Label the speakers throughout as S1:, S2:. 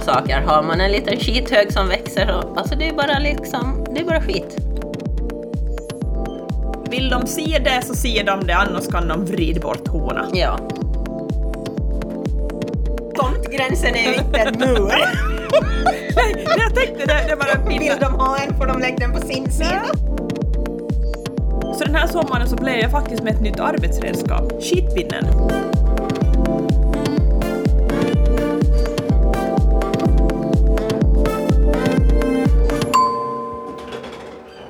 S1: saker. Har man en liten skithög som växer, och, alltså det är bara liksom, det är bara skit.
S2: Vill de se det så ser de det, annars kan de vrida bort hårna.
S1: Ja. Tomtgränsen är viktig nu.
S2: Nej, jag tänkte det, det var en bild.
S1: Vill de ha en får de lägga den på sin sida.
S2: Så den här sommaren så blev jag faktiskt med ett nytt arbetsredskap, skitpinnen.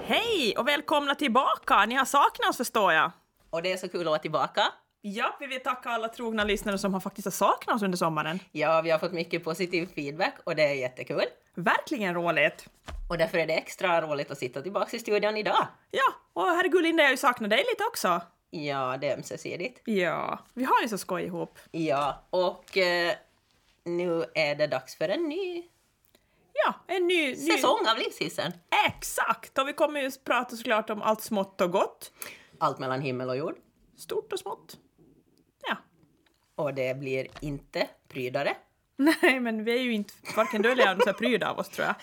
S2: Hej och välkomna tillbaka! Ni har saknat oss förstår jag.
S1: Och det är så kul att vara tillbaka.
S2: Ja, vi vill tacka alla trogna lyssnare som har faktiskt har saknat oss under sommaren.
S1: Ja, vi har fått mycket positiv feedback och det är jättekul.
S2: Verkligen roligt!
S1: Och därför är det extra roligt att sitta tillbaka i studion idag.
S2: Ja, och herregud Linda, jag har ju saknat dig lite också.
S1: Ja, det är ömsesidigt.
S2: Ja, vi har ju så skoj ihop.
S1: Ja, och eh, nu är det dags för en ny
S2: Ja, en ny... ny...
S1: säsong av Livshissen.
S2: Exakt! Och vi kommer ju prata såklart om allt smått och gott.
S1: Allt mellan himmel och jord.
S2: Stort och smått. Ja.
S1: Och det blir inte prydare.
S2: Nej, men vi är ju inte varken du eller jag är så här pryda av oss tror jag.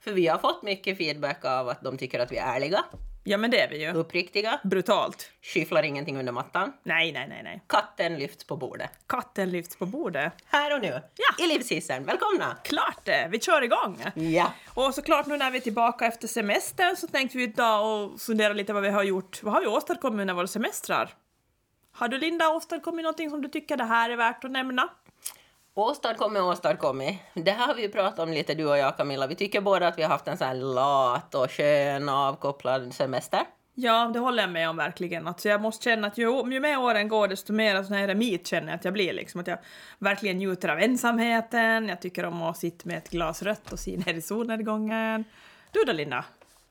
S1: För vi har fått mycket feedback av att de tycker att vi är ärliga,
S2: Ja, men det är vi ju.
S1: uppriktiga,
S2: Brutalt.
S1: skyfflar ingenting under mattan.
S2: Nej, nej, nej, nej.
S1: Katten lyfts på bordet.
S2: Katten lyfts på bordet.
S1: Här och nu,
S2: Ja.
S1: i Livshissen. Välkomna!
S2: Klart det! Vi kör igång!
S1: Ja.
S2: Och såklart nu när vi är tillbaka efter semestern så tänkte vi ta och fundera lite vad vi har gjort. Vad har vi åstadkommit under våra semestrar? Har du Linda åstadkommit någonting som du tycker det här är värt att nämna?
S1: Åstadkommit och åstadkommit. Det här har vi ju pratat om lite du och jag Camilla. Vi tycker båda att vi har haft en sån här lat och skön och avkopplad semester.
S2: Ja, det håller jag med om verkligen. Alltså jag måste känna att ju, ju mer åren går desto mer sån här eremit känner jag att jag blir. Liksom. Att jag verkligen njuter av ensamheten, jag tycker om att sitta med ett glas rött och se ner i solnedgången. Du då Linda?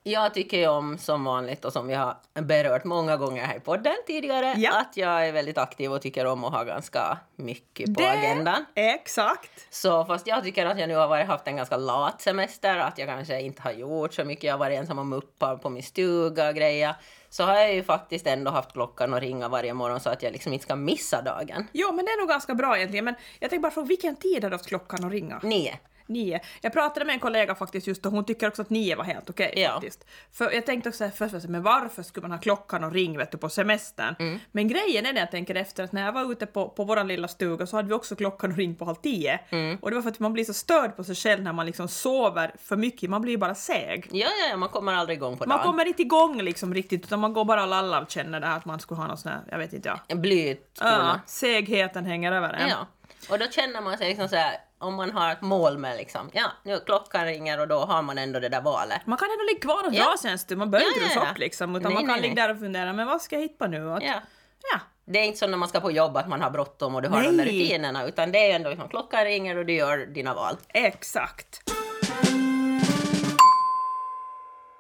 S1: Jag tycker ju om, som vanligt och som vi har berört många gånger här i podden tidigare,
S2: Ja.
S1: att jag är väldigt aktiv och tycker om att ha ganska mycket på
S2: Det-
S1: agendan.
S2: Exakt!
S1: Så fast jag tycker att jag nu har varit, haft en ganska lat semester, att jag kanske inte har gjort så mycket, jag har varit ensam och muppat på min stuga och grejer, så har jag ju faktiskt ändå haft klockan att ringa varje morgon så att jag liksom inte ska missa dagen.
S2: Jo, men det är nog ganska bra egentligen. Men jag tänkte bara fråga, vilken tid har du haft klockan att ringa?
S1: Nio.
S2: Nio. Jag pratade med en kollega faktiskt just och hon tycker också att nio var helt okej
S1: Ja.
S2: faktiskt. För jag tänkte också så här först, så här, men varför skulle man ha klockan och ring vet du, på semestern?
S1: Mm.
S2: Men grejen är det jag tänker efter att när jag var ute på, på våran lilla stuga så hade vi också klockan och ring på halv tio.
S1: Mm.
S2: Och det var för att man blir så störd på sig själv när man liksom sover för mycket, man blir bara seg.
S1: Ja, ja, ja, man kommer aldrig igång på dagen.
S2: Man kommer inte igång liksom riktigt utan man går bara och lallar och känner det här att man skulle ha någon sån här, jag vet inte jag.
S1: Blygt.
S2: Ja, segheten hänger över en.
S1: Ja. Och då känner man sig liksom så här, om man har ett mål med liksom, ja, nu klockan ringer och då har man ändå det där valet.
S2: Man kan ändå ligga kvar och dra
S1: Ja.
S2: känns det, man behöver
S1: Ja,
S2: inte
S1: ja,
S2: rusa
S1: ja.
S2: upp liksom utan
S1: Nej,
S2: man kan
S1: nej,
S2: ligga där och fundera men vad ska jag hitta på nu? Och Att,
S1: Ja.
S2: ja.
S1: Det är inte så när man ska på jobb att man har bråttom och du har
S2: Nej.
S1: de där rutinerna, utan det är ju ändå liksom, klockan ringer och du gör dina val.
S2: Exakt.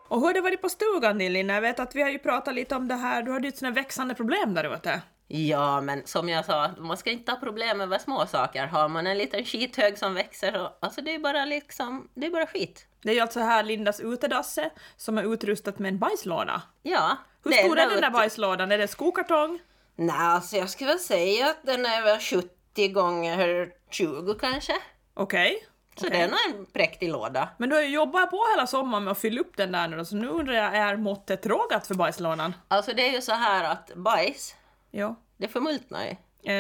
S2: Och hur har det varit på stugan din Lina? Jag vet att vi har ju pratat lite om det här, du hade ju ett sånt här växande problem där ute.
S1: Ja, men som jag sa, man ska inte ha problem över små saker. Har man en liten skithög som växer, så, alltså det är bara liksom, det är bara skit.
S2: Det är ju alltså här Lindas utedasse som är utrustat med en bajslåda.
S1: Ja.
S2: Hur
S1: det
S2: stor är
S1: enda
S2: den där
S1: ut-
S2: bajslådan? Är det skokartong?
S1: Nej, alltså jag skulle väl säga att den är väl 70 gånger 20 kanske.
S2: Okej.
S1: Så det är nog en präktig låda.
S2: Men du har ju jobbat på hela sommaren med att fylla upp den där nu då, så nu undrar jag, är måttet rågat för bajslådan?
S1: Alltså det är ju så här att bajs,
S2: Jo.
S1: det förmultnar ju.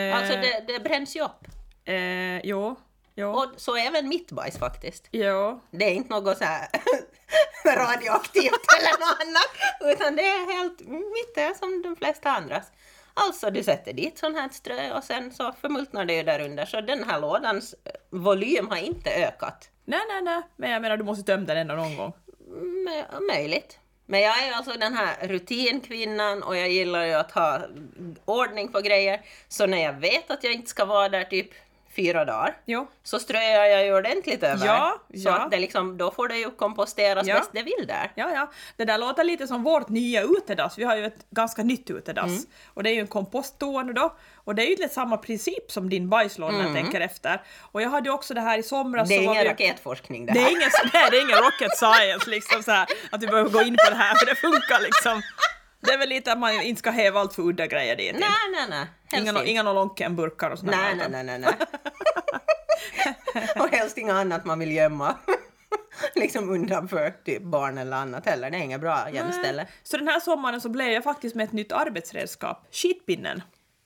S2: Eh,
S1: Alltså det, det bränns ju upp.
S2: Eh, jo. Jo.
S1: Och så även mitt bajs faktiskt.
S2: Jo.
S1: Det är inte något så här radioaktivt eller något annat, utan det är helt mitt är som de flesta andras. Alltså du sätter dit sån här strö och sen så förmultnar det ju där under, så den här lådans eh, volym har inte ökat.
S2: Nej, nej, nej. Men jag menar, du måste tömma den ändå någon gång.
S1: Mö- Möjligt. Men jag är ju alltså den här rutinkvinnan och jag gillar ju att ha ordning på grejer. Så när jag vet att jag inte ska vara där typ fyra dagar
S2: Jo.
S1: så ströar jag ju ordentligt över.
S2: Ja,
S1: så
S2: ja.
S1: att det liksom, då får det ju komposteras
S2: Ja.
S1: bäst det vill där.
S2: Ja, ja. Det där låter lite som vårt nya utedass. Vi har ju ett ganska nytt utedass.
S1: Mm.
S2: Och det är ju en kompoststående då. Och det är ju lite samma princip som din bajslåda när jag tänker efter. Och jag hade ju också det här i somras.
S1: Mm. Det är
S2: så var
S1: ingen
S2: vi...
S1: raketforskning det
S2: Det är
S1: här.
S2: ingen, nej, det är ingen rocket science liksom så här, att vi behöver gå in på det här för det funkar liksom. Det är väl lite att man inte ska häva allt för udda grejer dit.
S1: Nej, nej, nej. Helst
S2: Inga,
S1: inte.
S2: inga Nolonken-burkar och sådana
S1: Nej, nej, nej, nej, nej. och helst inget annat man vill gömma. liksom undanför typ barn eller annat heller. Det är inget bra gömställe.
S2: Så den här sommaren så blev jag faktiskt med ett nytt arbetsredskap, skitpinnen.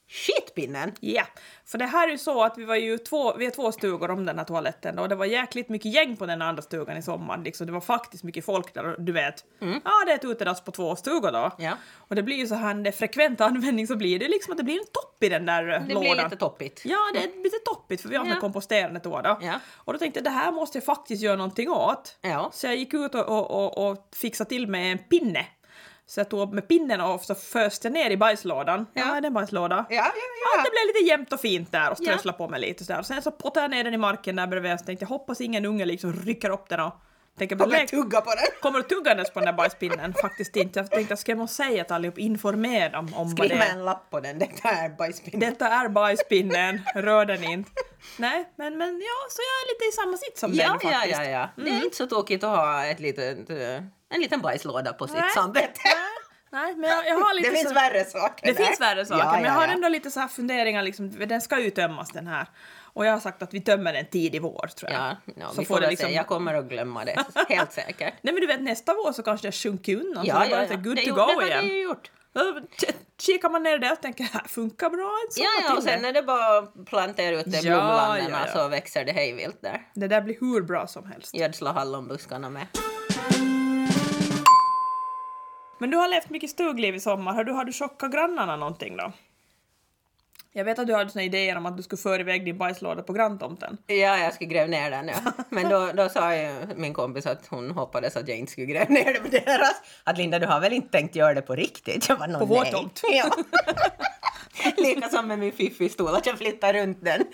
S1: Skitpinnen!
S2: Ja, för det här är ju så att vi var ju två, vi är två stugor om den här toaletten och det var jäkligt mycket gäng på den andra stugan i sommar. Liksom. Det var faktiskt mycket folk där och du vet, ja det är ett utedass på två stugor då.
S1: Mm. Ja.
S2: Och det blir ju så här, det är frekvent användning så blir det liksom att det blir en topp i den där eh,
S1: Det
S2: lådan.
S1: blir lite toppigt.
S2: Ja, det är lite toppigt för vi har med
S1: Ja.
S2: komposterande då. då.
S1: Ja.
S2: Och då tänkte jag det här måste jag faktiskt göra någonting åt.
S1: Ja.
S2: Så jag gick ut och, och, och, och fixade till med en pinne. Så jag tog med pinnen och så föste jag ner i bajslådan. Ja,
S1: Ja.
S2: det är en bajslåda.
S1: Ja,
S2: Ja,
S1: ja, ja.
S2: det blev lite jämnt och fint där och
S1: Ja.
S2: strössla på mig lite sådär. Och sen så pottade jag ner den i marken där bredvid och så tänkte jag hoppas ingen unge liksom rycker upp den och tänker
S1: Kommer
S2: "Lägg-
S1: jag tugga på den.
S2: kommer du tuggandes på den där bajspinnen? Faktiskt inte. Jag tänkte ska jag måste säga att allihop informera dem om vad det
S1: Skriva
S2: är.
S1: en lapp på den. Det där är bajspinnen.
S2: Detta är bajspinnen, rör den inte. Nej, men, men ja, så jag är lite i samma sitt som
S1: Ja,
S2: den
S1: ja,
S2: faktiskt.
S1: ja, ja. Det är inte så tokigt att ha ett litet, eh, en liten bajslåda på sitt
S2: Nej.
S1: samvete.
S2: Nej, men jag, jag har lite
S1: Det finns
S2: så...
S1: värre saker.
S2: Det
S1: där.
S2: finns värre saker,
S1: Ja,
S2: men jag
S1: ja,
S2: har
S1: ja.
S2: ändå lite så här funderingar liksom, den ska ju tömmas den här. Och jag har sagt att vi tömmer den tidig vår tror jag.
S1: Ja, no,
S2: Så
S1: vi får
S2: får det
S1: väl
S2: liksom-
S1: se. Jag kommer att glömma det, helt säkert.
S2: Nej men du vet nästa vår så kanske det sjunker undan så det är bara lite good
S1: Det
S2: to
S1: gjorde-
S2: go
S1: det hade
S2: igen.
S1: ju gjort.
S2: Då Kikar man ner det och tänker här funkar bra en sommar
S1: Ja, ja, och
S2: till.
S1: sen är det bara att plantera ut det i
S2: Ja,
S1: blomlanden
S2: ja, ja.
S1: så växer det hejvilt där.
S2: Det där blir hur bra som helst.
S1: Gödsla hallonbuskarna med.
S2: Men du har levt mycket stugliv i sommar. Har du, har du chockat grannarna någonting då? Jag vet att du hade såna idéer om att du skulle föra iväg din bajslåda på granntomten.
S1: Ja, jag skulle gräva ner den. Ja. Men då, då sa ju min kompis att hon hoppades att jag inte skulle gräva ner det på deras. Att Linda, du har väl inte tänkt göra det på riktigt? Jag bara, "Nå,
S2: På vår
S1: nej."
S2: tomt.
S1: Ja. Lika som med min fiffistol, att jag flyttar runt den.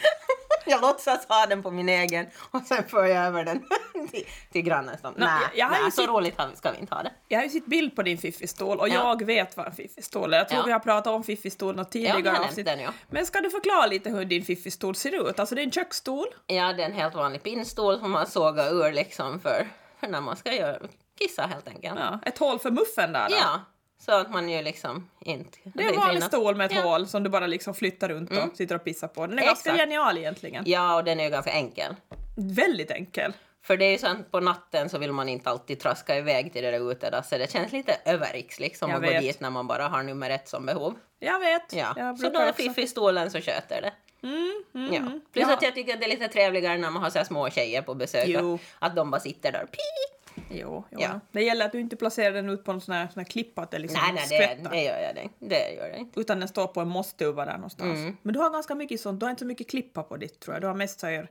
S1: Jag låtsas ha den på min egen och sen för jag över den till, till grannens tomt.
S2: Nå,
S1: Nej,
S2: jag- jag har ju
S1: nej så
S2: sett-
S1: roligt har vi- ska vi inte ha det.
S2: Jag har ju sett bild på din fiffistol och
S1: Ja.
S2: jag vet vad en fiffistol är. Jag tror
S1: Ja.
S2: vi har pratat om fiffistol något
S1: har
S2: tidigare
S1: nämnt
S2: avsnitt.
S1: den, ja.
S2: Men ska du förklara lite hur din fiffistol ser ut? Alltså det är en köksstol.
S1: Ja, det är en helt vanlig pinnstol som man sågar ur liksom för, för när man ska göra, kissa helt enkelt.
S2: Ja, ett hål för muffen där då.
S1: Ja, så att man ju liksom inte...
S2: Det är en vanlig stol med ett
S1: Ja. Mm.
S2: hål som du bara liksom flyttar runt och sitter och pissar på. Den är ganska
S1: Exakt.
S2: genial egentligen.
S1: Ja, och den är ju ganska enkel.
S2: Väldigt enkel.
S1: För det är ju så att på natten så vill man inte alltid traska iväg till det där utedasset. Det känns lite överriks liksom
S2: Jag
S1: att
S2: vet.
S1: gå dit när man bara har nummer ett som behov.
S2: Jag vet.
S1: Ja.
S2: Jag
S1: Så då
S2: brukar
S1: är
S2: också-
S1: fiffi-stolen så sköter det.
S2: Mm, mm,
S1: Ja.
S2: mm.
S1: Plus
S2: Ja.
S1: att jag tycker att det är lite trevligare när man har så här små tjejer på besök.
S2: Jo.
S1: Att, att de bara sitter där. Pii!
S2: Jo, jo.
S1: Ja.
S2: Det gäller att du inte placerar den ut på en sån här, sån här klippa att det liksom
S1: Nej, nej, det,
S2: skvättar.
S1: det gör jag det. Det gör jag inte.
S2: Utan den står på en mossduva där någonstans. Men du har ganska mycket sånt, du har inte så mycket klippa på ditt tror jag. Du har mest så här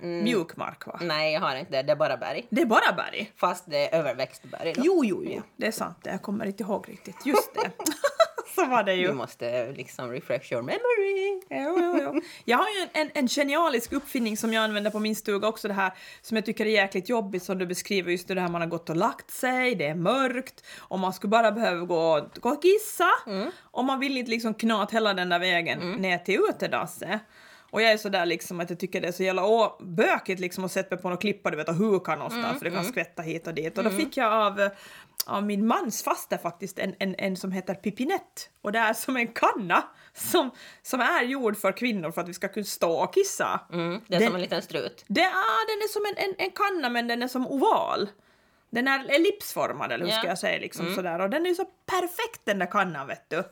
S2: mjuk mark va?
S1: Nej, jag har inte det. Det är bara berg.
S2: Det är bara berg.
S1: Fast det är överväxt berg då.
S2: Jo, jo, jo. Det är sant, det. jag kommer inte ihåg riktigt. Just det. så var det ju.
S1: Du måste liksom refresh your memory.
S2: Jo, jo, jo. Jag har ju en, en, en genialisk uppfinning som jag använder på min stuga också det här som jag tycker är jäkligt jobbigt som du beskriver just det här man har gått och lagt sig, det är mörkt och man skulle bara behöva gå, gå och kissa och man vill inte liksom knata hela den där vägen ner till utedasset. Och jag är sådär liksom att jag tycker det är så jävla å, bökigt liksom att sätta mig på någon klippa du vet och huka någonstans för det kan skvätta hit och dit. Och då fick jag av eh, av min mans faster faktiskt en, en, en som heter Pipinett och det är som en kanna som, som är gjord för kvinnor för att vi ska kunna stå och kissa.
S1: Mm, det är
S2: Den-
S1: som en liten strut.
S2: Det är, den är som en, en, en kanna men den är som oval. Den är ellipsformad eller hur ska
S1: Ja. Mm.
S2: jag säga liksom sådär och den är ju så perfekt den där kannan vet du.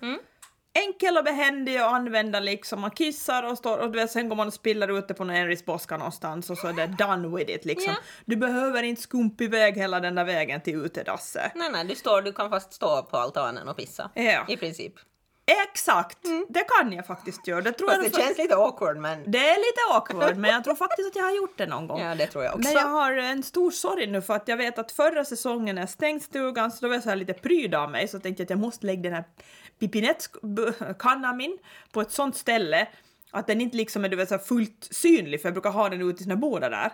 S2: Enkel och behändig att använda liksom, man kissar och står och du vet, sen går man och spiller ut det på någon enrisboska någonstans och så är det done with it liksom.
S1: Ja.
S2: Du behöver inte skumpa iväg hela den där vägen till utedasset.
S1: Nej, nej, du, står, du kan fast stå på altanen och pissa.
S2: Ja.
S1: I princip.
S2: Exakt! Det kan jag faktiskt göra. Det, tror jag
S1: Mm. Fast det
S2: nog fa-
S1: känns lite awkward, men
S2: det är lite awkward men jag tror faktiskt att jag har gjort det någon gång.
S1: ja, det tror jag också.
S2: Men jag har eh, en stor sorg nu för att jag vet att förra säsongen när jag stängt stugan så då var jag så här lite pryd av mig så tänkte jag att jag måste lägga den här pipinettkannan min på ett sånt ställe att den inte liksom är du vet, så här fullt synlig för jag brukar ha den ute i sina båda där.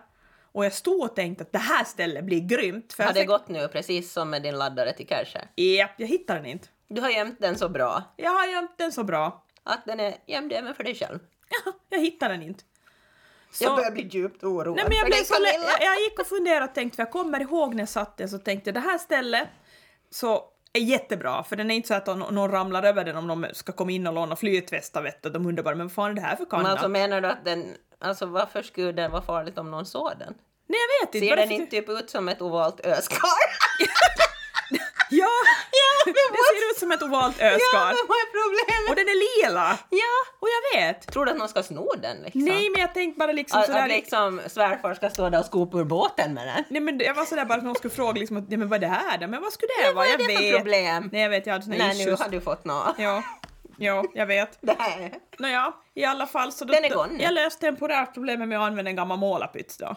S2: Och jag stod och tänkte att det här stället blir grymt. För jag
S1: Har det
S2: tänkte-
S1: gått nu, precis som med din laddare till cache?
S2: Japp, jag hittar den inte.
S1: Du har gömt den så bra
S2: Jag har gömt den så bra.
S1: att den är gömd även för dig själv.
S2: jag hittar den inte. Så-
S1: bli djupt oroad
S2: Nej, men jag,
S1: för
S2: blev
S1: dig,
S2: så lä-
S1: Camilla.
S2: jag, jag gick och funderade och tänkte, för jag kommer ihåg när jag satt den så tänkte jag det här stället så är jättebra för den är inte så att nå- någon ramlar över den om de ska komma in och låna flytvästar vet du, de undrar bara men vad fan är det här för
S1: Men
S2: kanna?
S1: alltså menar du att den Alltså varför skulle den vara farligt om någon såg den?
S2: Nej jag vet inte.
S1: Ser
S2: bara
S1: den
S2: för-
S1: inte typ ut som ett ovalt öskar?
S2: Ja!
S1: ja, men
S2: Den
S1: vad...
S2: ser ut som ett ovalt
S1: Ja,
S2: öskar.
S1: men vad är
S2: Och
S1: problemet?
S2: den är lila!
S1: Ja.
S2: Och jag vet!
S1: Tror du att någon ska sno den liksom?
S2: Nej men jag tänkte bara liksom
S1: Att,
S2: sådär...
S1: att liksom svärfar ska stå där och skopa ur båten med den?
S2: Nej men jag var sådär bara att någon skulle fråga liksom att, nej men vad är det här då? Men vad skulle det
S1: Men
S2: vara?
S1: vad är
S2: Jag
S1: det för
S2: vet.
S1: problem?
S2: Nej jag vet, jag hade såna
S1: Nej, nu
S2: issues.
S1: har du fått något.
S2: Ja, ja, jag vet.
S1: Det här.
S2: Nåja, i alla fall så då,
S1: Den är gone nu.
S2: jag löste temporärt problemet med att använda en gammal målarpyts då.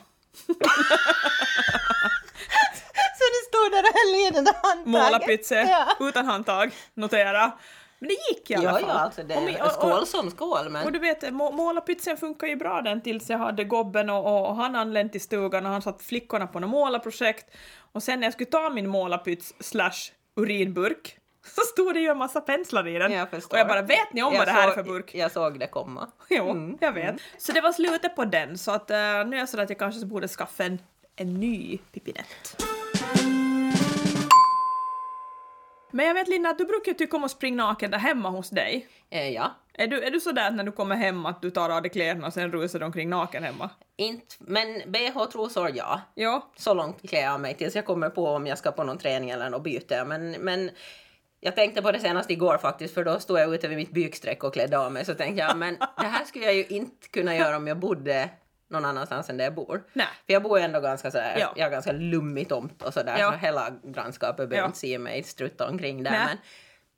S1: Så du står där och häller i den där handtaget?
S2: Målarpytse,
S1: Ja.
S2: eh, utan handtag, notera. Men det gick i alla
S1: Ja,
S2: fall.
S1: ja, alltså det
S2: Och min-
S1: är
S2: och- och-
S1: skål som skål, men...
S2: Och du vet, eh, må- målarpytsen funkar ju bra den tills jag hade gobben och, och, och han anlänt till stugan och han satt flickorna på något målarprojekt. Och sen när jag skulle ta min målarpyts slash urinburk så stod det ju en massa penslar i den.
S1: Jag förstår.
S2: och jag bara, vet ni om
S1: Jag
S2: vad det här är
S1: såg-
S2: för burk?
S1: Jag såg det komma.
S2: Jo,
S1: Mm,
S2: jag vet. Så det var slutet på den, så att eh, nu är jag sådär att jag kanske borde skaffa en, en ny pipinett. Men jag vet Linda, att du brukar ju tycka om att springa naken där hemma hos dig.
S1: Eh, ja.
S2: Är du, är du sådär att när du kommer hem att du tar av dig kläderna och sen rusar du omkring naken hemma?
S1: Inte, men bh, trosor, ja.
S2: Ja.
S1: Så långt klär jag mig tills jag kommer på om jag ska på någon träning eller något byte. Men, men jag tänkte på det senast igår faktiskt, för då stod jag ute vid mitt byksträck och klädde av mig. Så tänkte jag, men det här skulle jag ju inte kunna göra om jag bodde någon annanstans än där jag bor.
S2: Nej.
S1: För jag bor ju ändå ganska sådär,
S2: Ja.
S1: jag har ganska lummig tomt och sådär,
S2: Ja.
S1: så hela grannskapet behöver
S2: Ja.
S1: inte se mig strutta omkring där.
S2: Nej.
S1: Men,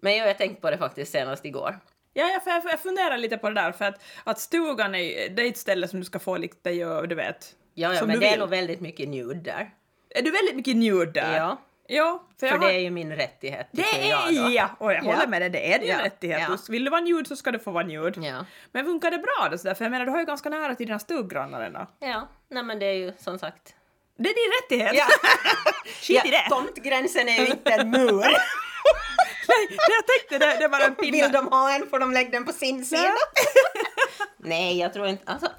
S1: men jag, jag tänkte på det faktiskt senast igår.
S2: Ja, jag, jag, jag funderar lite på det där för att, att stugan är, det är ett ställe som du ska få lite, gör, du vet.
S1: Ja, ja
S2: som
S1: men
S2: du
S1: det är
S2: vill.
S1: nog väldigt mycket nude där.
S2: Är du väldigt mycket nude där?
S1: Ja,
S2: Ja, för,
S1: för
S2: jag
S1: det
S2: har-
S1: är ju min rättighet. tycker
S2: Det
S1: jag då.
S2: är ja! Och jag
S1: Ja.
S2: håller med dig, det är din
S1: Ja.
S2: rättighet.
S1: Ja.
S2: Du- Vill du vara njud så ska du få vara njud.
S1: Ja.
S2: Men funkar det bra då sådär? För jag menar, du har ju ganska nära till dina stuggrannar ändå.
S1: Ja, nej men det är ju som sagt.
S2: Det är din rättighet!
S1: Ja.
S2: Skit i det!
S1: Tomtgränsen är ju inte en mur.
S2: Nej, det jag tänkte det, det var en pinne.
S1: Vill de ha en får de lägga den på sin sida. Nej, jag tror inte... Alltså,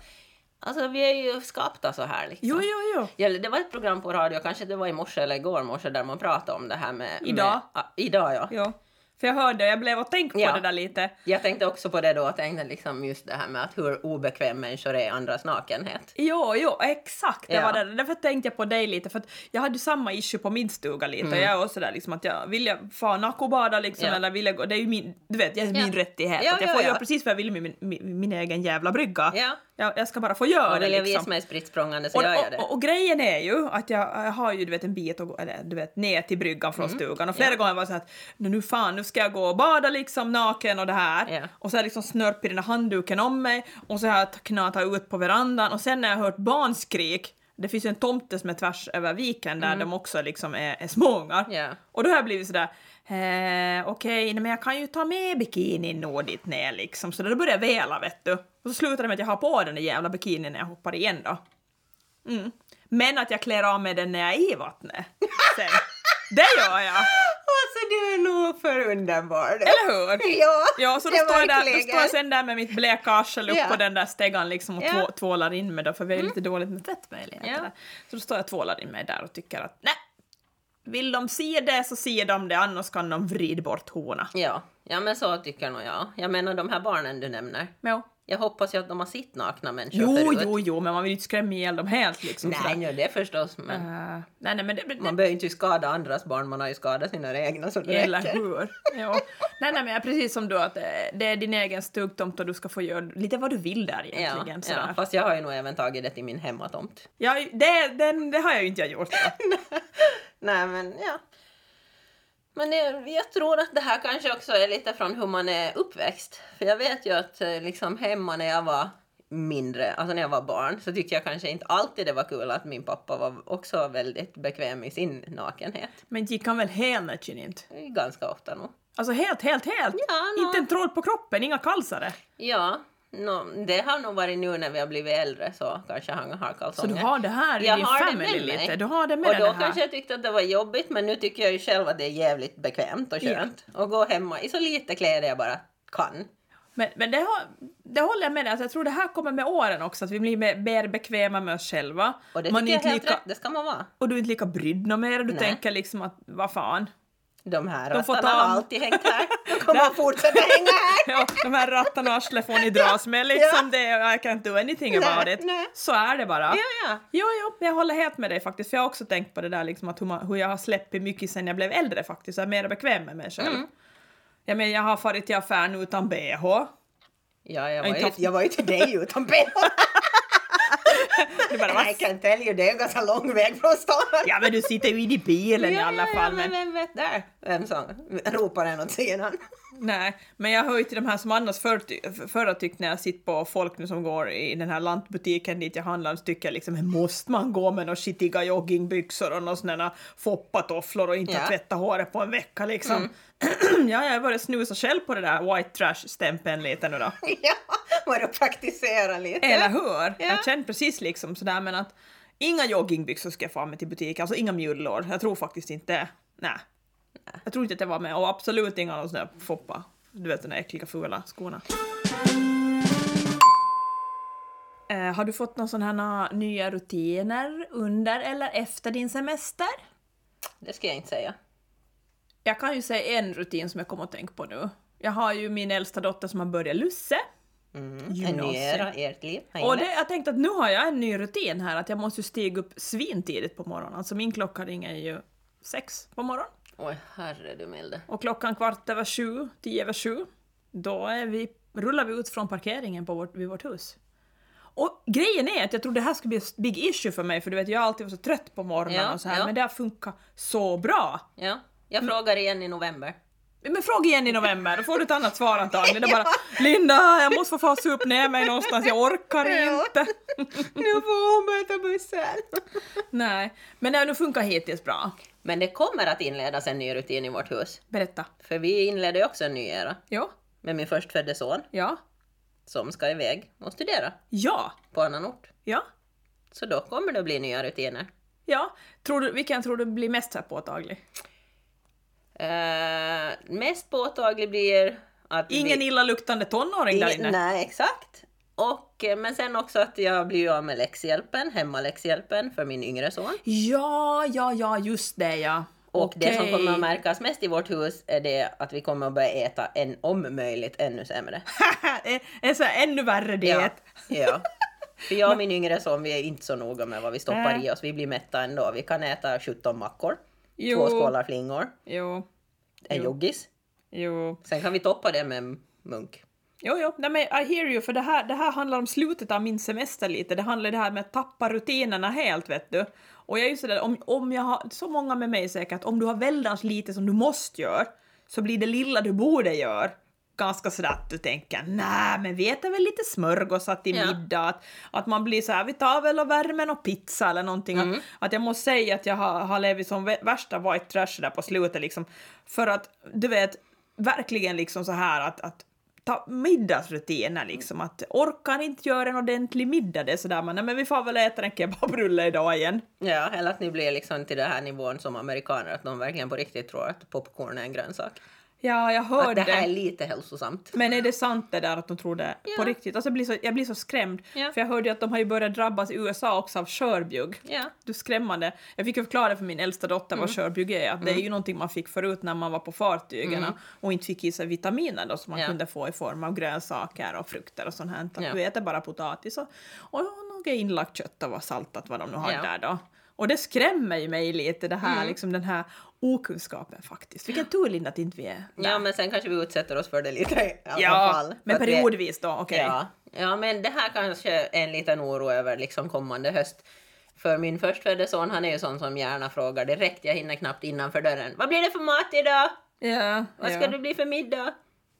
S1: alltså vi är ju skapta så här liksom.
S2: Jo, jo, jo.
S1: Ja, Det var ett program på radio, kanske det var i morse eller igår morse, där man pratade om det här med...
S2: Idag.
S1: Med, ja, idag ja.
S2: Ja. För jag hörde, jag blev och tänkte på
S1: Ja.
S2: det där lite.
S1: Jag tänkte också på det då, jag tänkte liksom just det här med att hur obekväm människor är i andras nakenhet.
S2: Jo, jo, exakt. Det
S1: Ja.
S2: var det. Därför tänkte jag på dig lite, för att jag hade ju samma issue på min stuga lite. Och jag är också där liksom att jag vill jag fan nakobada liksom
S1: Mm. Ja.
S2: eller vill jag gå, det är ju min, du vet, det är
S1: Ja.
S2: min rättighet.
S1: Ja,
S2: att jag
S1: ja,
S2: får
S1: ja.
S2: göra precis vad jag vill med min, min, min egen jävla brygga.
S1: Ja.
S2: Jag, jag ska bara få göra
S1: Och
S2: det
S1: vill jag
S2: liksom.
S1: visa mig spritt språngande så
S2: Och,
S1: gör jag det.
S2: och, och, och grejen är ju att jag, jag har ju du vet en bit att gå, eller du vet ner till
S1: Mm.
S2: bryggan från stugan och flera gånger var jag så att nu fan nu ska jag gå och bada liksom naken och det här
S1: Ja.
S2: och så har jag liksom snörpt i den här handduken om mig och så har jag knatat ut på verandan och sen när jag hört barnskrik det finns ju en tomte som är tvärs över viken
S1: Mm.
S2: där de också liksom är, är småungar.
S1: Ja.
S2: Och då har jag blivit sådär, eh, okej, nej, men jag kan ju ta med bikinin nå dit ner liksom. Så då börjar jag vela vet du. Och så slutar det med att jag har på den där jävla bikinin när jag hoppar igen då. Mm. Men att jag klär av mig den när jag är i vattnet. Sen. Det gör jag!
S1: Alltså du är nog för underbar.
S2: Eller hur?
S1: Ja,
S2: Ja, så då
S1: det är
S2: står, jag där, då
S1: verkligen.
S2: står jag sen där med mitt bleka arsel upp
S1: Ja.
S2: på den där stegan liksom och
S1: Ja. Mm.
S2: två, tvålar in mig då, för vi har ju lite dåligt med tvättmöjligheter.
S1: Ja.
S2: där. Så då står jag och tvålar in mig där och tycker att nej, vill de se det så ser de det, annars kan de vrida bort horna.
S1: Ja, ja men så tycker nog jag. Jag menar de här barnen du nämner.
S2: Jo.
S1: Jag hoppas ju att de har sett nakna människor
S2: Jo,
S1: förut.
S2: jo, jo, men man vill ju inte skrämma ihjäl dem helt liksom.
S1: Nej,
S2: sådär.
S1: nej, det förstås. Men
S2: Eh, nej, nej, men det, det,
S1: man behöver ju inte skada andras barn, man har ju skadat sina egna så det
S2: Eller
S1: räcker.
S2: hur? Ja. Nej, nej, men jag- precis som du, att eh, det är din egen stugtomt och du ska få göra lite vad du vill där
S1: Ja,
S2: egentligen. sådär.
S1: ja, fast jag har ju nog även tagit det till min hemmatomt.
S2: Ja, det, den, det har jag ju inte jag gjort. Då.
S1: Nej, men ja. Men det, jag tror att det här kanske också är lite från hur man är uppväxt. För jag vet ju att eh, liksom hemma när jag var mindre, alltså när jag var barn, så tyckte jag kanske inte alltid det var kul att min pappa var också väldigt bekväm i sin nakenhet.
S2: Men gick han väl helnäcken inte?
S1: Ganska ofta nog.
S2: Alltså helt, helt, helt?
S1: Ja, nå.
S2: Inte en troll på kroppen, inga kalsare.
S1: Ja, nå, det har nog varit nu när vi har blivit äldre så kanske han har
S2: Så
S1: kalsonger.
S2: du har det här i
S1: Jag
S2: din
S1: har det
S2: family
S1: med mig.
S2: lite? Du har det med
S1: och
S2: dig
S1: då
S2: det här?
S1: kanske jag tyckte att det var jobbigt men nu tycker jag ju själv att det är jävligt bekvämt och
S2: Ja.
S1: skönt. Och gå hemma i så lite kläder jag bara kan.
S2: Men, men det, har, det håller jag med dig alltså, jag tror det här kommer med åren också, att vi blir mer- mer bekväma med oss själva.
S1: Och det
S2: Man är
S1: tycker jag
S2: inte
S1: är helt
S2: lika,
S1: rätt, det ska man vara.
S2: och du är inte lika brydd någon mer, du
S1: Nej.
S2: tänker liksom att vad fan.
S1: De här
S2: De får
S1: rattarna
S2: ta-
S1: har alltid hängt här. De kommer att fortsätta hänga här.
S2: Ja, de här rattarna och arslet får ni dras med liksom. Det, I can't do anything about
S1: Nej,
S2: it.
S1: nej.
S2: Så är det bara.
S1: Ja, ja.
S2: Jo, jo, jag håller helt med dig faktiskt. För jag har också tänkt på det där liksom att hur, man, hur jag har släppt mycket sen jag blev äldre faktiskt. Jag är mer bekväm med mig själv.
S1: Mm.
S2: Jag menar, jag har farit till affären utan bh.
S1: ja jag, var
S2: inte
S1: ju,
S2: haft-
S1: jag var ju till dig utan bh.
S2: Det är bara,
S1: And I
S2: "Vad
S1: can tell you, det är en ganska lång väg från stan.
S2: Ja men du sitter ju in i bilen i alla
S1: Ja, ja,
S2: fall.
S1: men
S2: Men,
S1: vem vet där? Vem som ropar en åt sidan?
S2: nej, men jag hör ju till de här som annars för, för- förra tyckte när jag sitter på folk nu som går i den här lantbutiken dit jag handlar så tycker jag liksom "Men måste man gå med några skitiga joggingbyxor och några sådana här foppatofflor och inte
S1: Ja.
S2: ha tvättat håret på en vecka liksom. ja, jag har börjat snusa själv på det där white trash-stämpeln lite nu då.
S1: ja, var du praktisera lite.
S2: Eller hur?
S1: Ja.
S2: Jag känner precis liksom sådär men att inga joggingbyxor ska jag få med till butiken, alltså inga mjullor. Jag tror faktiskt inte, nej. Jag tror inte att jag var med och absolut inga någon sån där foppa. Du vet de där äckliga fula skorna. Eh, har du fått några sådana här nya rutiner under eller efter din semester?
S1: Det ska jag inte säga.
S2: Jag kan ju säga en rutin som jag kommer att tänka på nu. Jag har ju min äldsta dotter som har börjat lusse.
S1: Mm. En ny
S2: Gymnasiet.
S1: era i ert liv. har
S2: Och det,
S1: inlett.
S2: jag tänkte att nu har jag en ny rutin här, att jag måste ju stiga upp svintidigt på morgonen. Alltså min klocka ringer ju sex på morgonen.
S1: Oj, herre du milde.
S2: Och klockan kvart över sju, tio över sju, då är vi, rullar vi ut från parkeringen på vårt, vid vårt hus. Och grejen är att jag trodde det här skulle bli en big issue för mig, för du vet jag har alltid varit så trött på morgonen
S1: Ja,
S2: och så här,
S1: ja.
S2: men det har funkat så bra.
S1: Ja, jag frågar igen i november.
S2: Men fråga igen i november, då får du ett annat svar antagligen. Det är bara “Linda, jag måste få fasa upp ner mig någonstans, jag orkar
S1: Ja.
S2: inte”.
S1: Nu får hon möta bussen!
S2: Nej, men det har nog funkat hittills bra.
S1: Men det kommer att inledas en ny rutin i vårt hus.
S2: Berätta.
S1: För vi inleder ju också en ny era
S2: Ja.
S1: med min förstfödde son
S2: Ja.
S1: som ska iväg och studera
S2: Ja.
S1: på annan ort.
S2: Ja.
S1: Så då kommer det att bli nya rutiner.
S2: Ja. Tror du, vilken tror du blir mest så här påtaglig?
S1: Eh, mest påtaglig blir att...
S2: Ingen
S1: vi,
S2: illaluktande tonåring där
S1: ingen-
S2: inne?
S1: Nej, exakt. Och, eh, men sen också att jag blir ju av med läxhjälpen, hemmaläxhjälpen för min yngre son.
S2: Ja, ja, ja, just det ja.
S1: Och det som
S2: Okej.
S1: kommer att märkas mest i vårt hus är det att vi kommer att börja äta en, om möjligt ännu sämre.
S2: En- en så här ännu värre
S1: Ja.
S2: diet.
S1: ja. För jag och min yngre son, vi är inte så noga med vad vi stoppar
S2: Nej.
S1: i oss. Vi blir mätta ändå. Vi kan äta 17 mackor,
S2: Jo.
S1: två skålar flingor,
S2: Jo.
S1: en
S2: Jo.
S1: joggis.
S2: Jo.
S1: Sen kan vi toppa det med munk.
S2: Jo, jo. Nej, men I hear you, för det här, det här handlar om slutet av min semester lite. Det handlar det här med att tappa rutinerna helt, vet du. Och jag är ju sådär, om, om jag har, så många med mig säkert, om du har väldans lite som du måste göra, så blir det lilla du borde göra ganska sådär att du tänker nej men vi äter väl lite smörgåsar till
S1: Ja.
S2: middag, att, att man blir så här, vi tar väl och värmen och pizza eller någonting.
S1: Mm.
S2: Att, att jag måste säga att jag har, har levt som vä- värsta white trash där på slutet liksom. För att du vet, verkligen liksom så här att, att ta middagsrutiner liksom,
S1: Mm.
S2: att orkar inte göra en ordentlig middag det är sådär man, nej men vi får väl äta en kebabrulle idag igen.
S1: Ja, eller att ni blir liksom till den här nivån som amerikaner, att de verkligen på riktigt tror att popcorn är en grönsak.
S2: Ja, jag hörde
S1: Att Äh, det här är lite hälsosamt.
S2: Men är det sant det där att de tror det på
S1: Ja.
S2: riktigt? Alltså jag, blir så, jag blir så skrämd.
S1: Ja.
S2: För jag hörde ju att de har ju börjat drabbas i USA också av körbjugg.
S1: Ja. Mm.
S2: Du skrämmande. Jag fick ju förklara för min äldsta dotter vad körbjugg är. Att Det är ju någonting man fick förut när man var på fartygen och inte fick i sig vitaminer då, som man
S1: Mm. Ja.
S2: kunde få i form av grönsaker och frukter och sånt här. Att
S1: Ja.
S2: Du äter bara potatis och, och något inlagt kött och vad saltat vad de nu har
S1: Ja. Mm.
S2: där då. Och det skrämmer ju mig lite det här, liksom den här okunskapen faktiskt. Vilken tur Linda att inte vi är där.
S1: Ja, men sen kanske vi utsätter oss för det lite i alla fall.
S2: Ja,
S1: För
S2: men
S1: att vi-
S2: periodvis då, okej.
S1: Ja. ja, men det här kanske är en liten oro över liksom kommande höst. För min förstfödde son, han är ju sån som gärna frågar direkt, jag hinner knappt innanför dörren. Vad blir det för mat idag?
S2: Ja,
S1: Vad ska det bli för middag?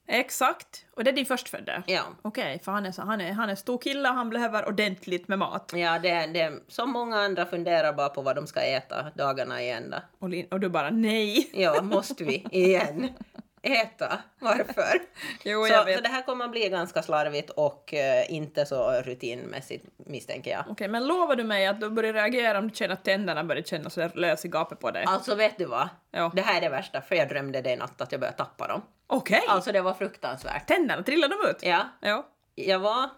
S2: Exakt. Och det är din förstfödde?
S1: Ja.
S2: Okej, för han är, så, han, är, han är stor kille, han behöver ordentligt med mat.
S1: Ja, det, det, som många andra funderar bara på vad de ska äta dagarna i ända.
S2: Och, Lin, och du bara nej.
S1: Ja, måste vi igen äta? Varför?
S2: Jo,
S1: så,
S2: jag vet.
S1: så det här kommer att bli ganska slarvigt och eh, inte så rutinmässigt misstänker jag.
S2: Okej, men lovar du mig att du börjar reagera om du känner att tänderna börjar kännas sådär lös i gapet på dig?
S1: Alltså vet du vad?
S2: Ja.
S1: Det här är det värsta, för jag drömde det i natt att jag började tappa dem.
S2: Okej!
S1: Alltså det var fruktansvärt.
S2: Tänderna, trillar de ut?
S1: Ja,
S2: Ja.
S1: jag var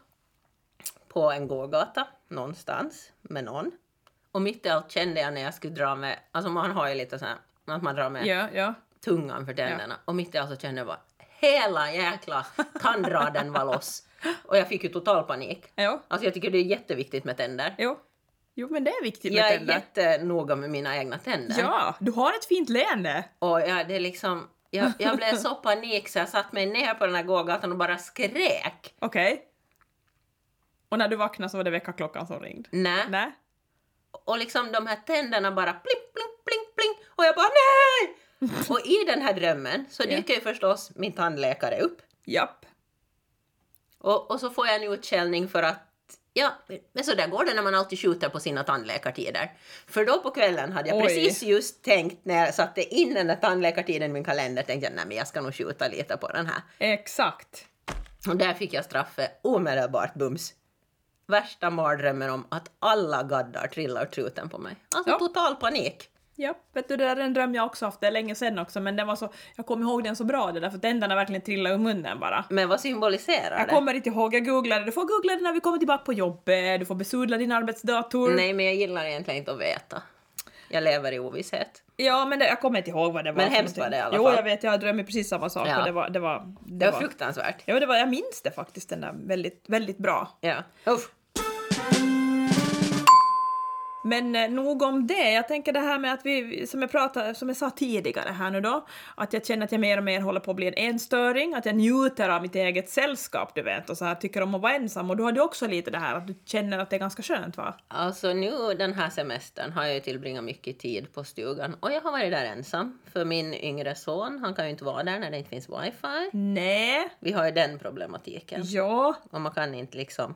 S1: på en gågata någonstans med någon. Och mitt i allt kände jag när jag skulle dra med, alltså man har ju lite så här, att man drar med
S2: Ja, ja.
S1: tungan för tänderna. Och mitt i allt så kände jag bara hela jäkla tandraden var loss. Och jag fick ju total panik.
S2: Jo.
S1: Alltså jag tycker det är jätteviktigt med tänder.
S2: Jo. jo, men det är viktigt med
S1: Jag är
S2: tänder.
S1: jättenoga med mina egna tänder.
S2: Ja, du har ett fint leende.
S1: Och jag, det är liksom, jag, jag blev så panik så jag satt mig ner på den här gågatan och bara skrek.
S2: Okej. Och när du vaknade så var det väckarklockan som ringde.
S1: Nej.
S2: Nej.
S1: Och liksom de här tänderna bara pling, pling, pling, pling. Och jag bara nej! Och i den här drömmen så
S2: Ja.
S1: dyker ju förstås min tandläkare upp.
S2: Japp.
S1: Och, och så får jag en utskällning för att Ja, men så där går det när man alltid skjuter på sina tandläkartider. För då på kvällen hade jag
S2: Oj.
S1: precis just tänkt, när jag satte in den där tandläkartiden i min kalender, tänkte jag nej men jag ska nog skjuta lite på den här.
S2: Exakt.
S1: Och där fick jag straffet omedelbart bums. Värsta mardrömmen om att alla gaddar trillar ur truten på mig. Alltså
S2: Ja.
S1: total panik.
S2: Ja, vet du det där är en dröm jag också haft, det är länge sedan också men den var så, jag kommer ihåg den så bra det där för tänderna verkligen trillade ur munnen bara.
S1: Men vad symboliserar
S2: Jag
S1: det?
S2: kommer inte ihåg, jag googlade, du får googla det när vi kommer tillbaka på jobbet, du får besudla din arbetsdator.
S1: Nej, men jag gillar egentligen inte att veta. Jag lever i ovisshet.
S2: Ja men det, jag kommer inte ihåg vad det var.
S1: Men
S2: för
S1: hemskt var
S2: någonting.
S1: det i alla
S2: Jo
S1: fall.
S2: jag vet, jag drömde precis samma sak
S1: Ja.
S2: och det var... Det var, det
S1: Det var
S2: var-
S1: fruktansvärt.
S2: Ja, det var, jag minns det faktiskt, den där väldigt, väldigt bra.
S1: Ja. Uff.
S2: Men eh, nog om det. Jag tänker det här med att vi, som jag, pratade, som jag sa tidigare här nu då, att jag känner att jag mer och mer håller på att bli en enstöring, att jag njuter av mitt eget sällskap, du vet, och så här tycker om att vara ensam. Och du hade också lite det här att du känner att det är ganska skönt, va?
S1: Alltså nu den här semestern har jag ju tillbringat mycket tid på stugan och jag har varit där ensam. För min yngre son, han kan ju inte vara där när det inte finns wifi.
S2: Nej,
S1: Vi har ju den problematiken.
S2: ja,
S1: Och man kan inte liksom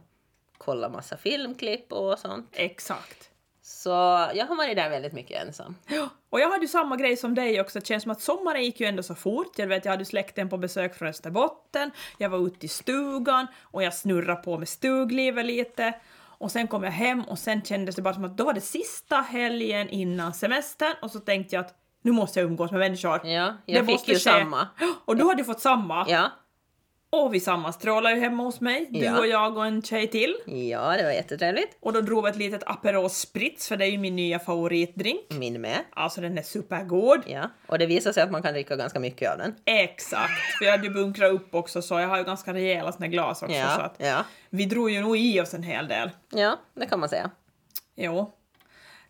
S1: kolla massa filmklipp och sånt.
S2: exakt.
S1: Så jag har varit där väldigt mycket ensam.
S2: Ja, Och jag hade ju samma grej som dig också, det känns som att sommaren gick ju ändå så fort. Jag vet, jag hade släkten på besök från Österbotten, jag var ute i stugan och jag snurrade på med stuglivet lite. Och sen kom jag hem och sen kändes det bara som att då var det sista helgen innan semestern och så tänkte jag att nu måste jag umgås med människor.
S1: Ja, jag fick
S2: måste
S1: ju
S2: ske.
S1: samma.
S2: Och du hade ju fått samma.
S1: Ja.
S2: Och vi sammanstrålade ju hemma hos mig, du
S1: Ja.
S2: och jag och en tjej till.
S1: ja, det var jättetrevligt.
S2: Och då drog vi ett litet Aperol Spritz, för det är ju min nya favoritdrink.
S1: Min med.
S2: Alltså den är supergod.
S1: Ja. Och det visar sig att man kan dricka ganska mycket av den.
S2: Exakt, för jag hade ju bunkrat upp också så jag har ju ganska rejäla såna glas också så
S1: Ja,
S2: att
S1: ja.
S2: vi drog ju nog i oss en hel del.
S1: ja, det kan man säga.
S2: Jo.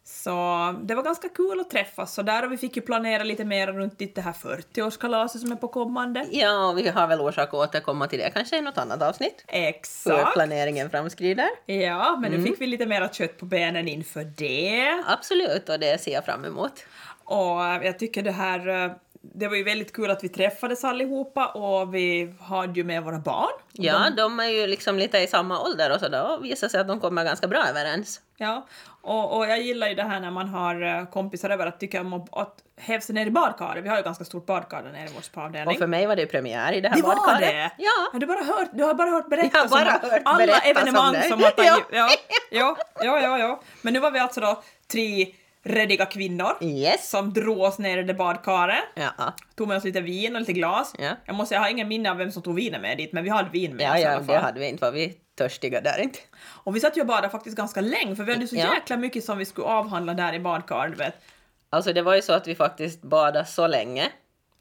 S2: Så det var ganska kul att träffas så där och vi fick ju planera lite mer runt ditt det här 40-årskalaset som är på kommande.
S1: Ja, och vi har väl orsak att återkomma till det kanske i något annat avsnitt. Hur
S2: Exakt!
S1: planeringen framskrider.
S2: Ja, men nu fick vi lite mera kött på benen inför det.
S1: Absolut, och det ser jag fram emot.
S2: Och eh, jag tycker det här, eh, det var ju väldigt kul att vi träffades allihopa och vi hade ju med våra barn.
S1: Ja, de är ju liksom lite i samma ålder och så då visar sig att de kommer ganska bra överens.
S2: Ja, och, och jag gillar ju det här när man har eh, kompisar över att tycka om att, att häva sig ner i badkaret. Vi har ju ganska stort badkar där nere i vår
S1: Och
S2: spaavdelning.
S1: för mig var det ju premiär i det här
S2: Det var
S1: badkaret.
S2: det!
S1: Ja.
S2: Har du, bara hört, du har bara hört berättas
S1: Jag har bara
S2: om
S1: hört
S2: alla
S1: berättas om
S2: evenemang
S1: det.
S2: som har
S1: Ja.
S2: tagit... Ja. Ja, ja, ja, ja. Men nu var vi alltså då tre rediga kvinnor
S1: Yes.
S2: som drog oss ner i det badkaret.
S1: Ja,
S2: Tog med oss lite vin och lite glas.
S1: Ja.
S2: Jag måste jag har ingen minne av vem som tog vinet med dit, men vi hade vin med
S1: ja,
S2: oss i
S1: ja
S2: alla
S1: det
S2: fall.
S1: hade vi inte, var vi törstiga där inte.
S2: Och vi satt ju och badade faktiskt ganska länge, för vi hade ju så
S1: Ja.
S2: jäkla mycket som vi skulle avhandla där i badkaret, du vet.
S1: Alltså det var ju så att vi faktiskt badade så länge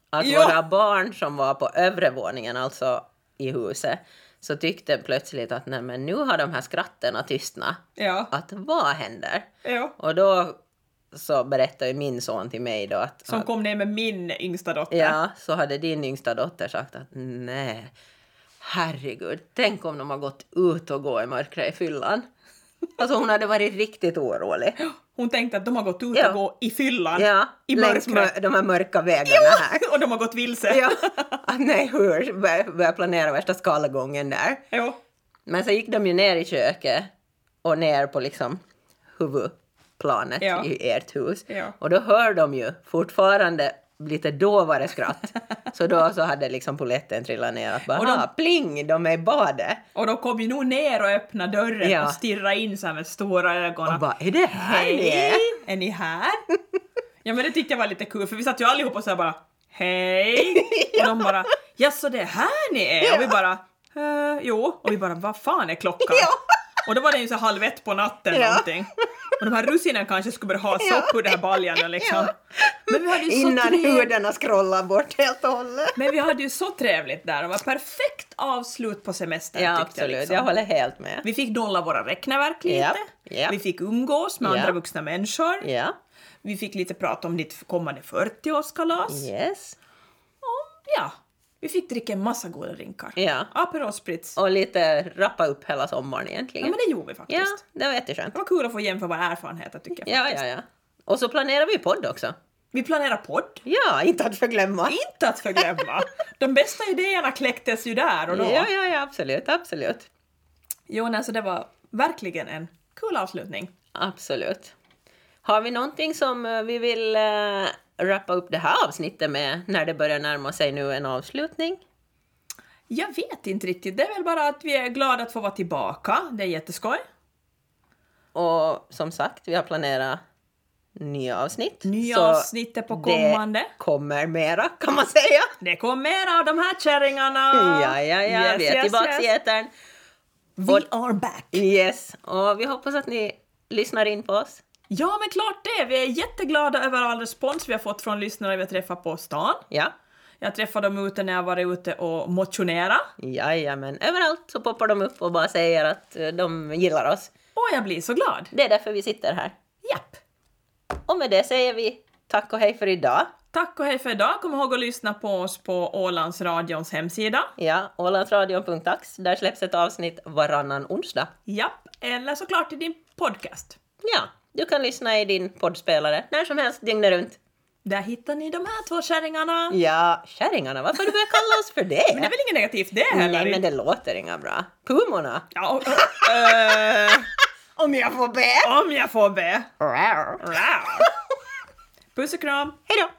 S1: att
S2: Ja.
S1: våra barn som var på övre våningen, alltså i huset, så tyckte plötsligt att nej men nu har de här skratten tystnat.
S2: Ja.
S1: Att vad händer?
S2: ja.
S1: Och då så berättade ju min son till mig då att
S2: Som kom ner med min yngsta dotter.
S1: ja, så hade din yngsta dotter sagt att nej, herregud, tänk om de har gått ut och gå i mörkret i fyllan. Alltså hon hade varit riktigt orolig.
S2: Hon tänkte att de har gått ut
S1: Ja.
S2: och gå i fyllan,
S1: Ja,
S2: i
S1: längs
S2: mörkret.
S1: mör- de här mörka vägarna här.
S2: och de har gått vilse.
S1: Ja, att nej hur, bör- börja planera värsta skalgången där.
S2: Jo.
S1: Men så gick de ju ner i köket och ner på liksom huvudplanet
S2: Ja.
S1: i ert hus.
S2: Ja.
S1: Och då hör de ju fortfarande lite dovare skratt. så då så hade liksom poletten trillat ner att bara
S2: Och de-
S1: "Ah, pling, de är i badet.
S2: Och de kom ju nog ner och öppnade dörren
S1: Ja.
S2: och stirrade in så här med stora ögon.
S1: Och bara, är det här ni
S2: Hej!
S1: är?
S2: Är ni här? ja men det tyckte jag var lite kul för vi satt ju allihopa och så här bara Hej! Och de bara Jaså det är här ni är? Och vi bara eh, Jo. Och vi bara vad fan är klockan?
S1: Ja.
S2: Och då var det ju så här halv ett på natten
S1: Ja.
S2: någonting. Och de här russinen kanske skulle börja ha sopp ur det här baljan liksom.
S1: Ja.
S2: Men vi hade ju så
S1: Innan
S2: trevligt.
S1: hudarna scrollar bort helt och hållet.
S2: Men vi hade ju så trevligt där. Det var perfekt avslut på semestern
S1: Ja,
S2: tyckte jag.
S1: absolut.
S2: Liksom.
S1: Jag håller helt med.
S2: Vi fick dolla våra räkneverk lite.
S1: Japp, japp.
S2: Vi fick umgås med
S1: Ja.
S2: andra vuxna människor.
S1: Ja.
S2: Vi fick lite prata om ditt kommande 40-årskalas.
S1: Yes.
S2: Och, ja, vi fick dricka en massa goda drinkar.
S1: Ja.
S2: Aperol Spritz.
S1: Och lite rappa upp hela sommaren
S2: Ja,
S1: egentligen.
S2: men det gjorde vi faktiskt.
S1: Ja, det var jätteskönt.
S2: Det var kul att få jämföra våra erfarenheter tycker jag.
S1: Ja, ja, ja. Och så planerar vi podd också.
S2: Vi planerar podd.
S1: Ja, inte att förglömma.
S2: Inte att förglömma! De bästa idéerna kläcktes ju där och då.
S1: Ja, ja, ja, absolut, absolut.
S2: Jo, nej, så det var verkligen en kul avslutning.
S1: Absolut. Har vi någonting som eh, vi vill uh, rappa upp det här avsnittet med när det börjar närma sig nu en avslutning?
S2: Jag vet inte riktigt, det är väl bara att vi är glada att få vara tillbaka. Det är jätteskoj.
S1: Och som sagt, vi har planerat nya avsnitt.
S2: Nya
S1: så
S2: avsnitt är på kommande.
S1: Det kommer mera, kan man säga.
S2: Det kommer mer av de här kärringarna!
S1: Ja, ja, ja, vi är tillbaka i etern.
S2: We are back!
S1: Yes, och vi hoppas att ni lyssnar in på oss.
S2: Ja, men klart det! Vi är jätteglada över all respons vi har fått från lyssnare vi har träffat på stan.
S1: Ja,
S2: Jag träffade dem ute när jag varit ute och motionerat.
S1: jajamän. Överallt så poppar de upp och bara säger att eh, de gillar oss.
S2: Och jag blir så glad!
S1: Det är därför vi sitter här.
S2: Japp!
S1: Och med det säger vi tack och hej för idag.
S2: Tack och hej för idag! Kom ihåg att lyssna på oss på Ålandsradions hemsida.
S1: Ja, ålandsradion.ax. Där släpps ett avsnitt varannan onsdag.
S2: Japp! Eller såklart i din podcast.
S1: Ja, du kan lyssna i din poddspelare när som helst dygnet runt.
S2: Där hittar ni de här två kärringarna.
S1: Ja, kärringarna, varför du börjar kalla oss för det?
S2: Men det är väl inget negativt det heller?
S1: Nej, men det låter inga bra. Pumorna!
S2: Ja, och- och- eh,
S1: Om jag får be!
S2: om jag får be.
S1: Rar.
S2: Wow. Puss och kram.
S1: Hej då!